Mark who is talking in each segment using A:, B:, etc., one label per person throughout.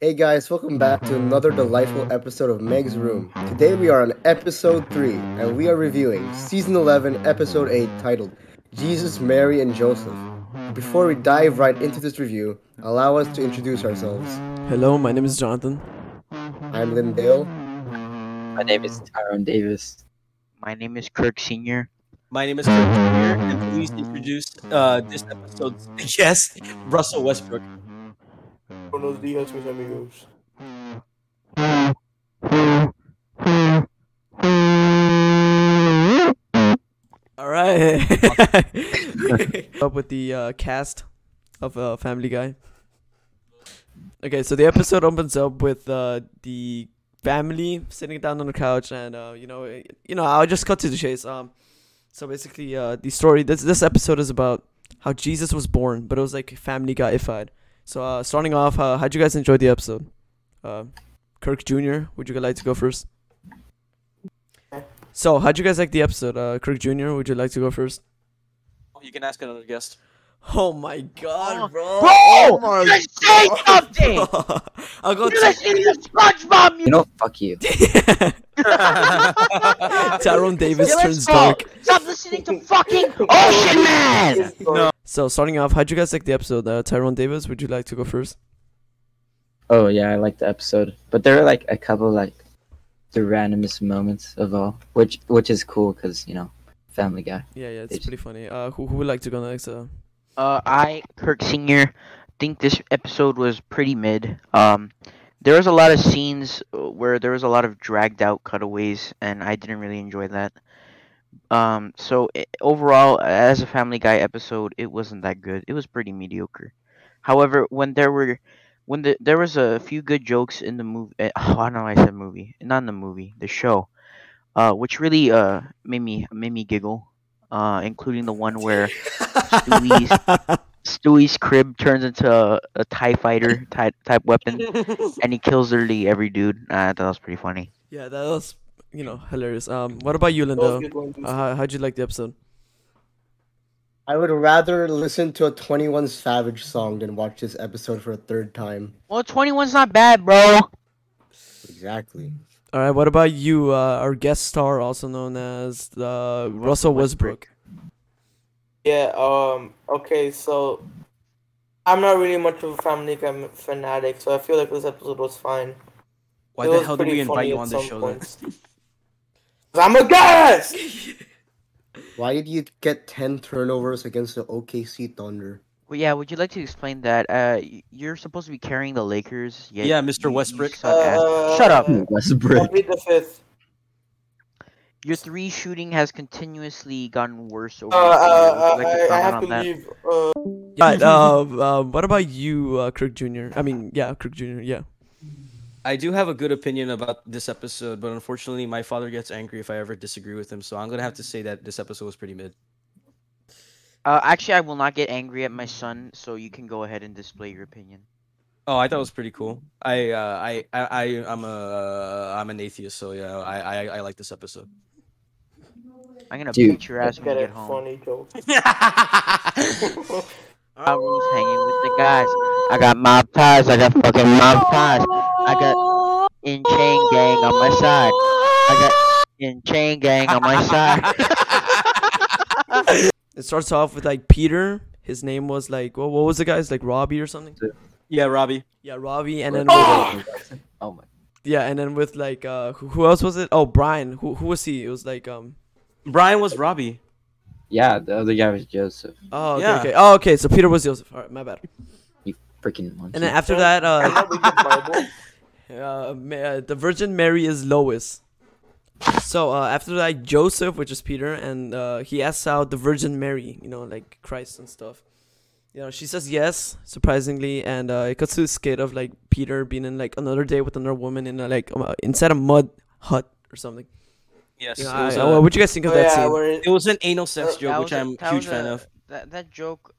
A: Hey guys, welcome back to another delightful episode of Meg's Room. Today we are on episode 3, and we are reviewing season 11, episode 8, titled Jesus, Mary, and Joseph. Before we dive right into this review, allow us to introduce ourselves.
B: Hello, my name is Jonathan.
A: I'm Lynn Dale.
C: My name
A: Oh.
C: is Tyrone Davis.
D: My name is Kirk Senior.
E: My name is Kirk Jr. and please introduce uh, this episode's guest, Russell Westbrook.
F: Buenos días, mis amigos.
B: All right. Up with the uh, cast of uh, Family Guy. Okay, so the episode opens up with uh, the family sitting down on the couch, and uh, you know, eh, you know, I'll just cut to the chase. Um, so basically, uh, the story this this episode is about how Jesus was born, but it was like Family Guyified. So uh, starting off, uh, how'd you guys enjoy the episode? Uh, Kirk Jr., would you guys like to go first? So, how'd you guys like the episode? Uh, Kirk Jr., would you like to go first?
E: You can ask another guest.
B: Oh my god, bro.
D: Bro, you
B: Oh,
D: say something.
B: I'll go
D: You're listening to SpongeBob.
C: You know, fuck you.
B: Tyrone Davis
D: Dylan's
B: turns
D: fault.
B: dark.
D: Stop listening to fucking Ocean Man.
B: So starting off, how'd you guys like the episode? Uh, Tyrone Davis, would you like to go first?
C: Oh yeah, I liked the episode, but there were like a couple like the randomest moments of all, which which is cool because you know, Family Guy.
B: Yeah, yeah, it's
C: Yes.
B: pretty funny. Uh, who, who would like to go next? Uh,
D: Uh, I Kirk Senior think this episode was pretty mid. Um, there was a lot of scenes uh, where there was a lot of dragged out cutaways, and I didn't really enjoy that. Um, so i overall, as a Family Guy episode, it wasn't that good. It was pretty mediocre. However, when there were when the, there was a few good jokes in the movie, oh, I know I said movie, not in the movie, the show, uh, which really uh made me made me giggle, uh, including the one where Stewie's Stewie's crib turns into a, a Tie Fighter type type weapon, and he kills literally every dude. Uh, I thought that was pretty funny.
B: yeah, that was you know hilarious. Um, what about you, Linda? Uh, how- how'd you like the episode?
A: I would rather listen to a 21 Savage song than watch this episode for a third time.
D: Well, 21's not bad, bro.
A: Exactly.
B: All right, what about you? Uh, our guest star, also known as uh, Russell Westbrook.
F: Yeah, um, okay, so I'm not really much of a Family Guy fanatic, so I feel like this episode was fine.
E: Why
F: It
E: the
F: was
E: hell did
F: pretty
E: we invite
F: funny
E: you
F: at
E: on this
F: some
E: show then?
F: points. 'Cause I'm a guest!
A: Why did you get 10 turnovers against the OKC Thunder?
D: Well, yeah, would you like to explain that? Uh, y- you're supposed to be carrying the Lakers. Yet
E: Yeah,
D: you-
E: Mr.
D: you
E: Westbrook.
D: suck ass. Shut up.
F: Uh,
C: Westbrook.
F: Complete the fifth.
D: Your three shooting has continuously gotten worse over
F: Uh, uh,
D: the season. Would you
F: uh,
D: like to
F: I, I
D: comment
F: have
D: on
F: to
D: that?
F: leave. Uh,
B: Alright, um, um, what about you, uh, Kirk Jr.? I mean, yeah, Kirk Jr., yeah.
E: I do have a good opinion about this episode, but unfortunately, my father gets angry if I ever disagree with him, so I'm gonna have to say that this episode was pretty mid.
D: Uh, actually, I will not get angry at my son, so you can go ahead and display your opinion.
E: Oh, I thought it was pretty cool. I, uh, I, I, I, I'm a, uh, I'm an atheist, so yeah, I, I, I like this episode.
D: I'm gonna
C: Dude.
D: beat your ass when
F: get
D: you
F: a
D: get home.
F: funny joke.
D: I was hanging with the guys. I got mob ties. I got fucking mob ties. I got in chain gang on my side. I got in chain gang on my side.
B: It starts off with like Peter. His name was like what, what was the guy's like Robbie or something?
E: yeah, Robbie.
B: Yeah, Robbie, and then with, like,
C: Oh my.
B: yeah, and then with like uh who, who else was it? Oh, Brian. Who who was he? It was like um
E: Brian was Robbie.
C: Yeah, the other guy was Joseph.
B: oh okay,
E: Yeah.
B: okay. oh okay. So Peter was Joseph. All right, my bad.
C: Freaking monkey.
B: And then after that,
F: I'm
B: uh,
F: not reading Bible.
B: uh, Ma- uh the Virgin Mary is Lois. So uh, after that, Joseph, which is Peter, and uh, he asks out the Virgin Mary, you know, like Christ and stuff. You know, she says yes, surprisingly, and uh, it cuts to this skit of like Peter being in like another day with another woman in a, like um, uh, inside a mud hut or something.
E: Yes.
B: You know,
E: it, was,
B: I-
E: uh,
B: uh, what do you guys think of
F: Oh,
B: that
F: yeah,
B: scene?
F: where
E: it was an anal sex
F: Uh,
E: joke,
D: That
E: which
D: was a-
E: I'm
D: that
E: huge
D: was
E: fan
D: a-
E: of.
D: That that joke.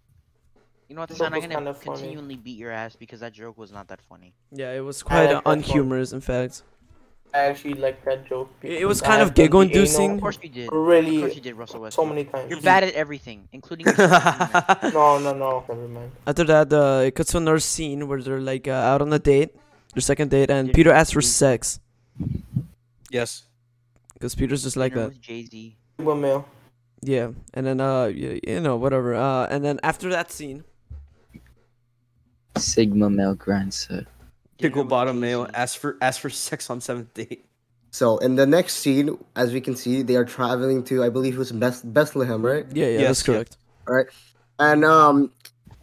D: You know what,
F: That
D: son? I'm
F: was
D: gonna
F: kinda funny.
D: continually beat your ass because that joke was not that funny.
B: Yeah, it was quite uh,
F: like that one.
B: unhumorous, in fact.
F: I actually like that joke.
B: It- it was
F: because I
B: kind of
F: have done the
B: giggle-inducing.
D: Of
F: anal
D: course you did. Of course you
F: Really,
D: did, Russell Westbrook.
F: so many times.
D: You're bad at everything, including.
F: No, no, no. Never mind.
B: After that, uh, it cuts to another scene where they're like uh, out on a date, their second date, and Peter asks for sex
E: Yes.
B: because Peter's just like that.
D: Jay Z.
F: One male.
B: Yeah, and then uh, you, you know, whatever. Uh, and then after that scene,
C: Sigma male grandson.
E: Pickle bottom male. Ask for ask for sex on seventh date.
A: So in the next scene, as we can see, they are traveling to I believe it was Beth- Bethlehem, right?
B: yeah, yeah,
E: Yes,
B: that's
E: yeah.
B: correct.
A: And um,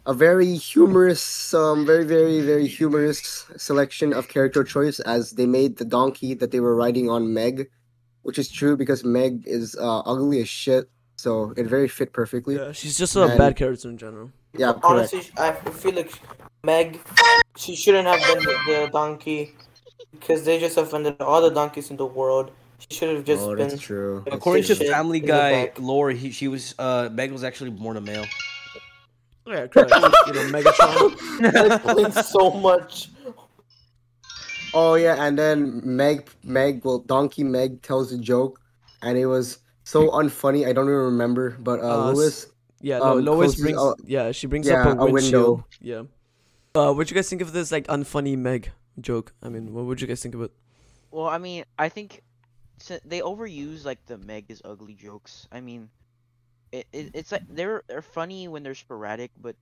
A: a very humorous, um, very very very humorous selection of character choice as they made the donkey that they were riding on Meg, which is true because Meg is uh, ugly as shit, so it very fit perfectly.
B: Yeah, she's just a
A: Man.
B: bad character in general.
A: Yeah, correct.
F: Honestly, sh- I feel like sh- Meg, she shouldn't have been the, the donkey because they just offended all the donkeys in the world. She should have just
A: oh,
F: been.
A: that's true. That's
E: According to
A: true.
F: shit
E: Family
F: in the
E: Guy
F: back.
E: lore, he, she was uh Meg was actually born a male.
B: Yeah, correct. you know, Megatron.
F: That explains so much.
A: Oh yeah, and then Meg, Meg, well, Donkey Meg tells a joke, and it was so unfunny. I don't even remember, but uh,
B: Uh, s-
A: Lewis,
B: Yeah,
A: Um,
B: no, Lois
A: closes
B: brings.
A: out-
B: yeah, she brings
A: yeah,
B: up a,
A: a
B: windshield.
A: window.
B: Yeah. Uh, what you guys think of this like unfunny Meg joke? I mean, what would you guys think of it?
D: Well, I mean, I think si- they overuse like the Meg is ugly jokes. I mean, it, it it's like they're they're funny when they're sporadic, but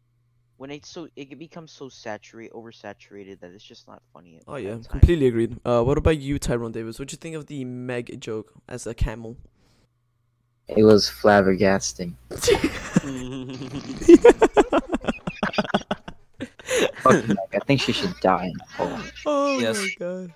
D: when it's so it becomes so saturated, oversaturated that it's just not funny. at-
B: Oh
D: at
B: yeah,
D: times.
B: completely agreed. Uh, what about you, Tyrone Davis? What do you think of the Meg joke as a camel?
C: It was flabbergasting. Fuck Meg. I think she should die in a hole.
B: oh
E: Yes.
B: my god.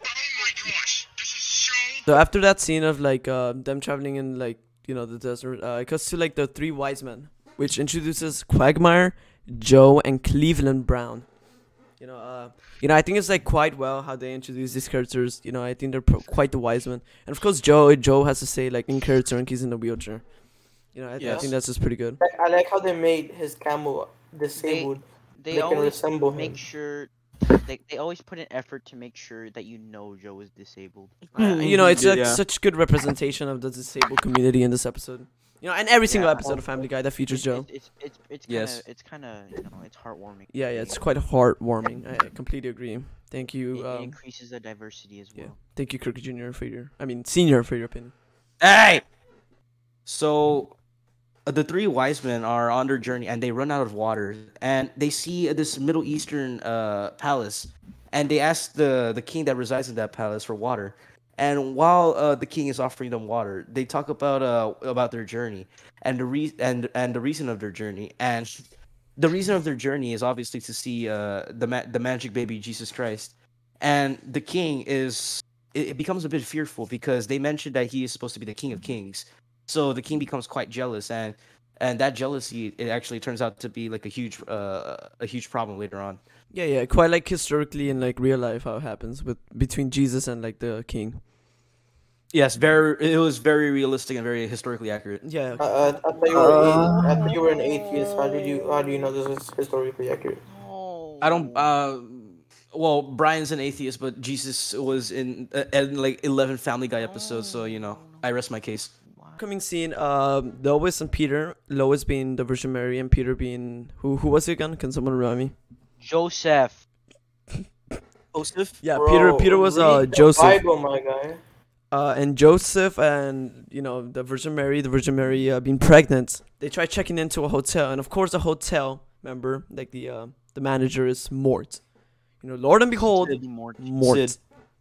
B: So after that scene of like uh, them traveling in like you know the desert, uh, it cuts to like the three wise men, which introduces Quagmire, Joe, and Cleveland Brown. You know, uh, you know, I think it's like quite well how they introduce these characters. You know, I think they're pro- quite the wise men, and of course Joe. Joe has to say like in character and he's in a wheelchair. You know, I, I
E: Yes.
B: think that's just pretty good.
F: I- I like how they made his camel disabled. They,
D: They
F: can
D: always
F: resemble him.
D: make sure they they always put an effort to make sure that you know Joe is disabled.
B: Uh, you know, it's
E: Yeah.
B: like such good representation of the disabled community in this episode. You know, and every single
D: Yeah.
B: episode of Family Guy that features
D: It's
B: Joe.
D: it's it's it's, it's kind of
E: Yes.
D: it's kind of you know it's heartwarming.
B: Yeah, yeah,
D: It-
B: it's quite heartwarming. I completely agree. Thank
D: It,
B: you,
D: it
B: um,
D: increases the diversity as
B: yeah.
D: well.
B: thank you, Kirk Junior, for your. I mean, Senior, for your opinion.
E: Hey. So uh, the three wise men are on their journey and they run out of water and they see uh, this Middle Eastern uh, palace and they ask the the king that resides in that palace for water. And while uh, the king is offering them water, they talk about uh, about their journey and the re- and and the reason of their journey. And the reason of their journey is obviously to see uh, the ma- the magic baby Jesus Christ. And the king is it, it becomes a bit fearful because they mentioned that he is supposed to be the king of kings. So the king becomes quite jealous, and and that jealousy it actually turns out to be like a huge uh, a huge problem later on.
B: Yeah, yeah, quite like historically in like real life how it happens with between Jesus and like the king.
E: Yes, very it was very realistic and very historically accurate.
B: Yeah,
F: Uh, uh, I thought you were. a- I thought you were an atheist. How did you? How do you know this is historically accurate?
D: No.
E: I don't. Uh, well, Brian's an atheist, but Jesus was in, uh, in like eleven Family Guy episodes, so you know I rest my case.
B: coming scene. Um, Lois and Peter. Lois being the Virgin Mary and Peter being who? Who was it again? Can someone remind me?
D: Joseph.
E: Joseph.
B: Yeah,
F: Bro,
B: Peter. Peter was
F: read
B: uh
F: the
B: Joseph.
F: Bible, my guy.
B: uh, and Joseph and you know the Virgin Mary, the Virgin Mary uh, being pregnant, they try checking into a hotel, and of course the hotel member, like the uh, the manager, is Mort. You know, Lord and behold,
D: Sid Mort.
B: Mort.
E: Sid.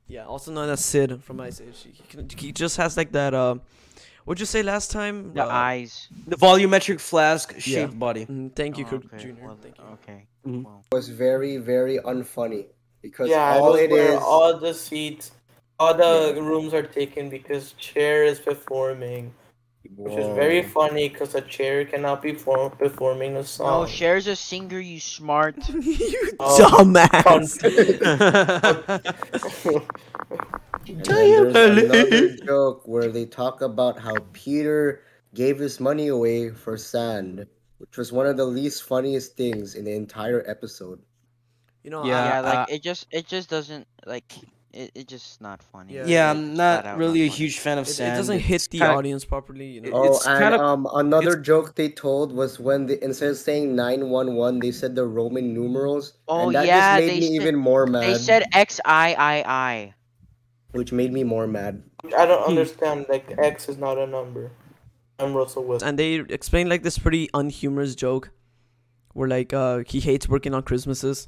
B: Yeah, also known as Sid from Ice Age. He, can- he just has like that. Uh, what'd you say last time?
D: The
B: Uh,
D: eyes.
E: The volumetric flask shaped
B: Yeah.
E: body.
B: mm, Thank you,
D: Oh,
B: Kirk
D: okay,
B: Junior.
D: well,
B: Thank you.
D: Okay.
E: Mhm.
D: well.
A: was very very unfunny because
F: Yeah,
A: all
F: those
A: it
F: were
A: is
F: all the seats, all the rooms are taken because chair is performing, which is very funny because a chair cannot be form- performing a
D: No,
E: Oh.
F: song.
D: shares a singer, you smart.
B: you
F: Oh,
B: dumbass.
A: And then there's another joke where they talk about how Peter gave his money away for sand, which was one of the least funniest things in the entire episode.
B: You know,
E: Yeah,
D: yeah, like
E: uh,
D: it just it just doesn't like It, it's just not funny.
B: Yeah.
E: Yeah,
D: It's
E: I'm
D: flat out
E: not really a
D: funny.
E: huge fan of
B: It, it
E: Sand.
B: doesn't hit
E: It's
B: the
E: kinda-
B: audience properly, you know.
E: it-
A: Oh,
E: it's
A: and
E: kinda-
A: um, another joke they told was when they instead of saying nine one one, they said the Roman numerals,
D: Oh,
A: and that
D: yeah,
A: just made
D: they
A: me
D: said-
A: even more mad.
D: They said X I I I.
A: which made me more mad.
F: I don't understand. Like X is not a number. I'm Russell Wilson.
B: and they explain like this pretty unhumorous joke where like uh he hates working on christmases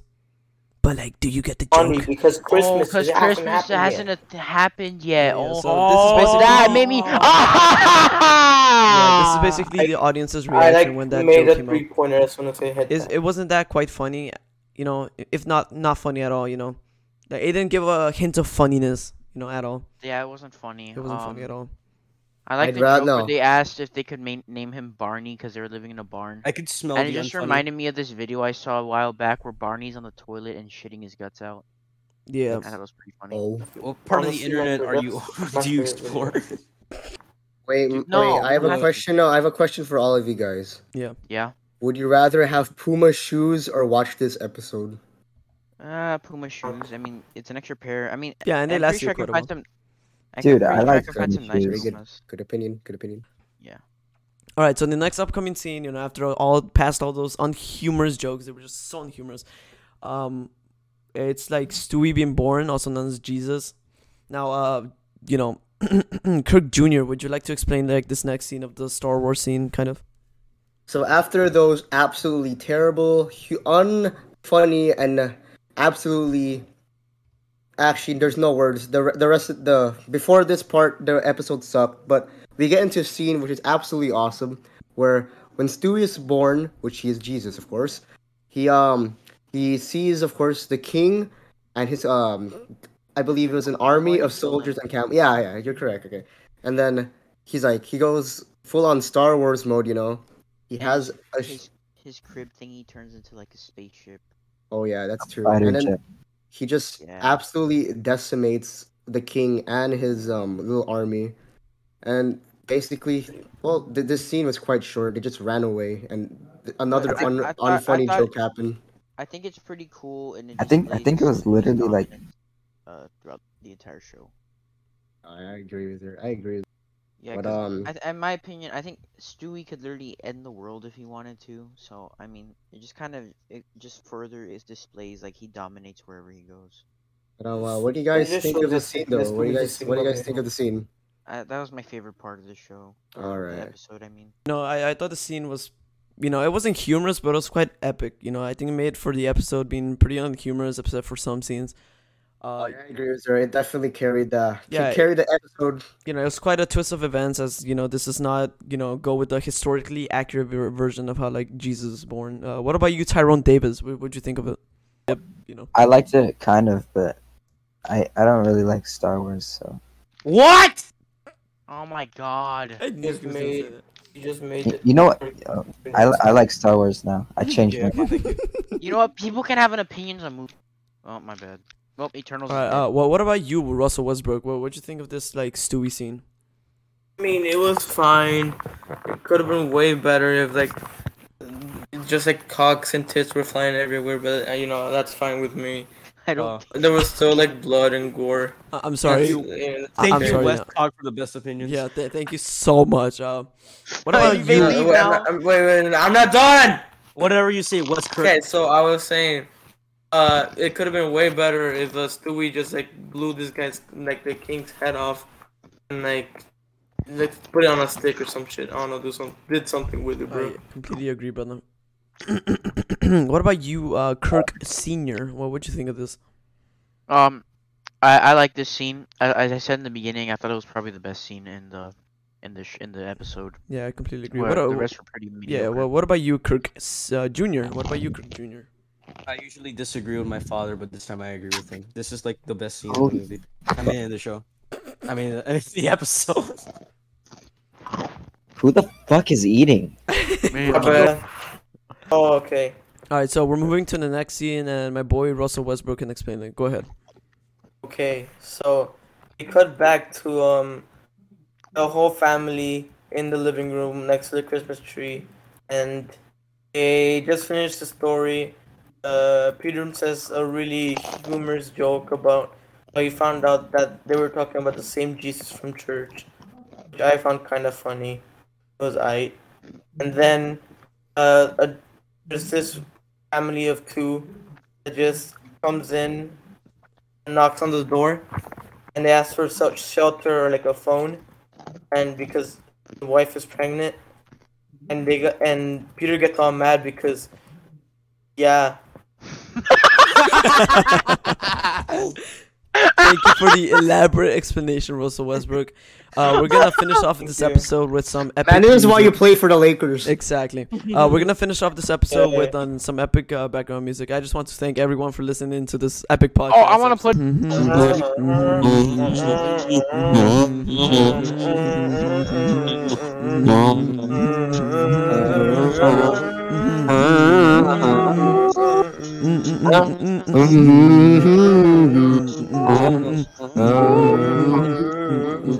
B: but like do you get the
F: Funny
B: joke Oh,
F: because Christmas
D: because
F: it hasn't
D: Christmas
F: happened
D: hasn't
F: yet.
D: a- happened yet.
B: Yeah,
D: oh,
B: so this is basically-
D: that made me.
B: yeah,
D: Ah!
B: this is basically the audience's
F: I
B: reaction
F: like
B: when that
F: made
B: joke
F: a
B: came
F: three
B: out
F: pointer as soon as I hit
B: is
F: that.
B: it wasn't that quite funny you know if not not funny at all you know like it didn't give a hint of funniness you know at all
D: Yeah, it wasn't funny.
B: it wasn't funny
D: Um,
B: at all
D: I like
A: I'd
D: the
A: rather-
D: joke where
A: no.
D: they asked if they could ma- name him Barney because they were living in a barn.
E: I could smell
D: and
E: the
D: it just
E: unfunny.
D: reminded me of this video I saw a while back where Barney's on the toilet and shitting his guts out.
B: yeah
D: I thought it was pretty funny.
A: Oh
E: What part of the
F: Honestly,
E: internet
F: like,
E: are you
F: that's-
E: do you
F: that's really
E: explore?
F: weird.
A: wait, m-
D: No,
A: wait, I have a
D: not-
A: question. No, I have a question for all of you guys.
D: Yeah.
A: Would you rather have Puma shoes or watch this episode?
D: Uh, Puma shoes. I mean, it's an extra pair. I mean,
B: yeah and they
D: I'm
B: last
D: pretty
B: you
D: sure I
B: quite a
D: can find
B: while
D: some. I
C: Dude, I
D: can, pretty sure
C: like
D: can find some
C: Puma
D: nice
C: shoes.
A: Very good.
D: Pumas.
A: Good opinion. Good opinion.
B: all right so the next upcoming scene you know after all past all those unhumorous jokes they were just so unhumorous um it's like stewie being born also known as jesus now uh you know kirk jr would you like to explain like this next scene of the star wars scene kind of
A: So after those absolutely terrible, hu- unfunny, and absolutely, actually, there's no words. The re- the rest of the before this part, the episode sucked. But we get into a scene which is absolutely awesome, where when Stewie is born, which he is Jesus, of course, he um he sees, of course, the king and his um, I believe it was an army of soldiers and camp. Yeah, yeah, you're correct. Okay, and then he's like he goes full on Star Wars mode, you know. He has a sh-
D: His, his crib thingy turns into like a spaceship.
A: oh yeah, that's true.
C: Fighter
A: And then
C: jet.
A: he just
D: Yeah.
A: absolutely decimates the king and his um little army, and basically, well, th- this scene was quite short. They just ran away, and th- another
D: I think-
A: un-
D: I thought- I
A: unfunny
D: thought-
A: joke happened.
D: I think it's pretty cool. And it
C: I think- I
D: displays
C: think it was
D: his
C: literally, like-
D: dominance, uh throughout the entire show.
A: I agree with her. I agree. With
D: Yeah,
A: But,
D: 'cause
A: um,
D: I th- in my opinion, I think Stewie could literally end the world if he wanted to. So I mean, it just kind of it just further is displays like he dominates wherever he goes.
A: but, um, uh, what do you guys
F: Just
A: think
F: show
A: of the
F: this-
A: scene,
F: this
A: though? What do you
F: movie
A: guys
F: scene
A: What do you
F: over
A: guys
F: here.
A: think of the scene?
D: I, that was my favorite part of the show. or
A: Alright.
D: The episode, I mean.
B: No, I, I thought the scene was, you know, it wasn't humorous, but it was quite epic. You know, I think it made for the episode being pretty unhumorous, except for some scenes. Uh,
A: I agree with her. It definitely carried the
B: Yeah,
A: yeah, carried the episode.
B: You know, it was quite a twist of events, as you know, this is not, you know, go with the historically accurate ver- version of how like Jesus was born. Uh, what about you, Tyrone Davis? What would you think of it? Yep, you know,
C: I liked it kind of, but I I don't really like Star Wars, so
E: What?
D: Oh my god.
B: I knew
F: Just
B: he was gonna say
F: made- You just made
C: Y-
F: it.
C: you know what? uh, I, li- I like Star Wars now. I changed my mind.
B: that.
D: you know what? People can have an opinion on movies. Oh my bad. Well, Eternals.
B: All
D: is
B: right.
D: dead.
B: Uh, well, what about you, Russell Westbrook? What would you think of this like Stewie scene?
F: I mean, it was fine. It could have been way better if like just like cocks and tits were flying everywhere, but uh, you know that's fine with me.
D: I don't.
E: uh,
D: think-
F: There was still like blood and gore.
B: I- I'm sorry.
F: That's- Oh, yeah, that's
B: I-
E: Thank
B: I'm
E: you,
B: sorry,
E: West
B: no.
E: Talk for the best opinions.
B: Yeah. Th- thank you so much. Uh, what
D: I
B: about
D: even
B: you?
D: leave
F: Uh, wait, I'm
D: now.
F: not- I'm- wait, wait, wait, I'm not done.
E: Whatever you say, West Kirk.
F: Okay, so I was saying, uh, it could have been way better if uh, Stewie just like blew this guy's like the king's head off, and like like put it on a stick or some shit. I don't know, do some did something with it, bro.
B: I completely agree, brother. what about you, uh, Kirk Senior? What would you think of this?
D: Um, I, I like this scene. I, as I said in the beginning, I thought it was probably the best scene in the in the sh- in the episode.
B: Yeah, I completely agree.
D: Where
B: what
D: the
B: a,
D: rest were pretty mediocre.
B: yeah, well, what about you, Kirk S- uh, Junior? What about you, Kirk Junior?
E: I usually disagree with my father, but this time I agree with him. This is like the best scene
C: Oh.
E: in the movie. I mean, in the show. I mean, it's the episode.
C: Who the fuck is eating?
D: Maybe-
F: My bad. Oh, okay.
B: All right, so we're moving to the next scene, and my boy Russell Westbrook can explain it. Go ahead.
F: Okay, so we cut back to um the whole family in the living room next to the Christmas tree, and they just finished the story. Uh, Peter says a really humorous joke about So you found out that they were talking about the same Jesus from church, which I found kind of funny. It was I, and then uh, a, there's this family of two that just comes in and knocks on the door, and they ask for such shelter or like a phone, and because the wife is pregnant, and they got, and Peter gets all mad because, yeah,
B: Thank you for the elaborate explanation, Russell Westbrook. Uh, we're gonna finish off this episode with some epic.
A: And this is why you
B: music.
A: play for the Lakers.
B: Exactly. Uh, we're gonna finish off this episode with on some epic uh, background music. I just want to thank everyone for listening to this epic podcast.
G: Oh, I wanna play-
B: Mm-hmm. play. Mm-hmm.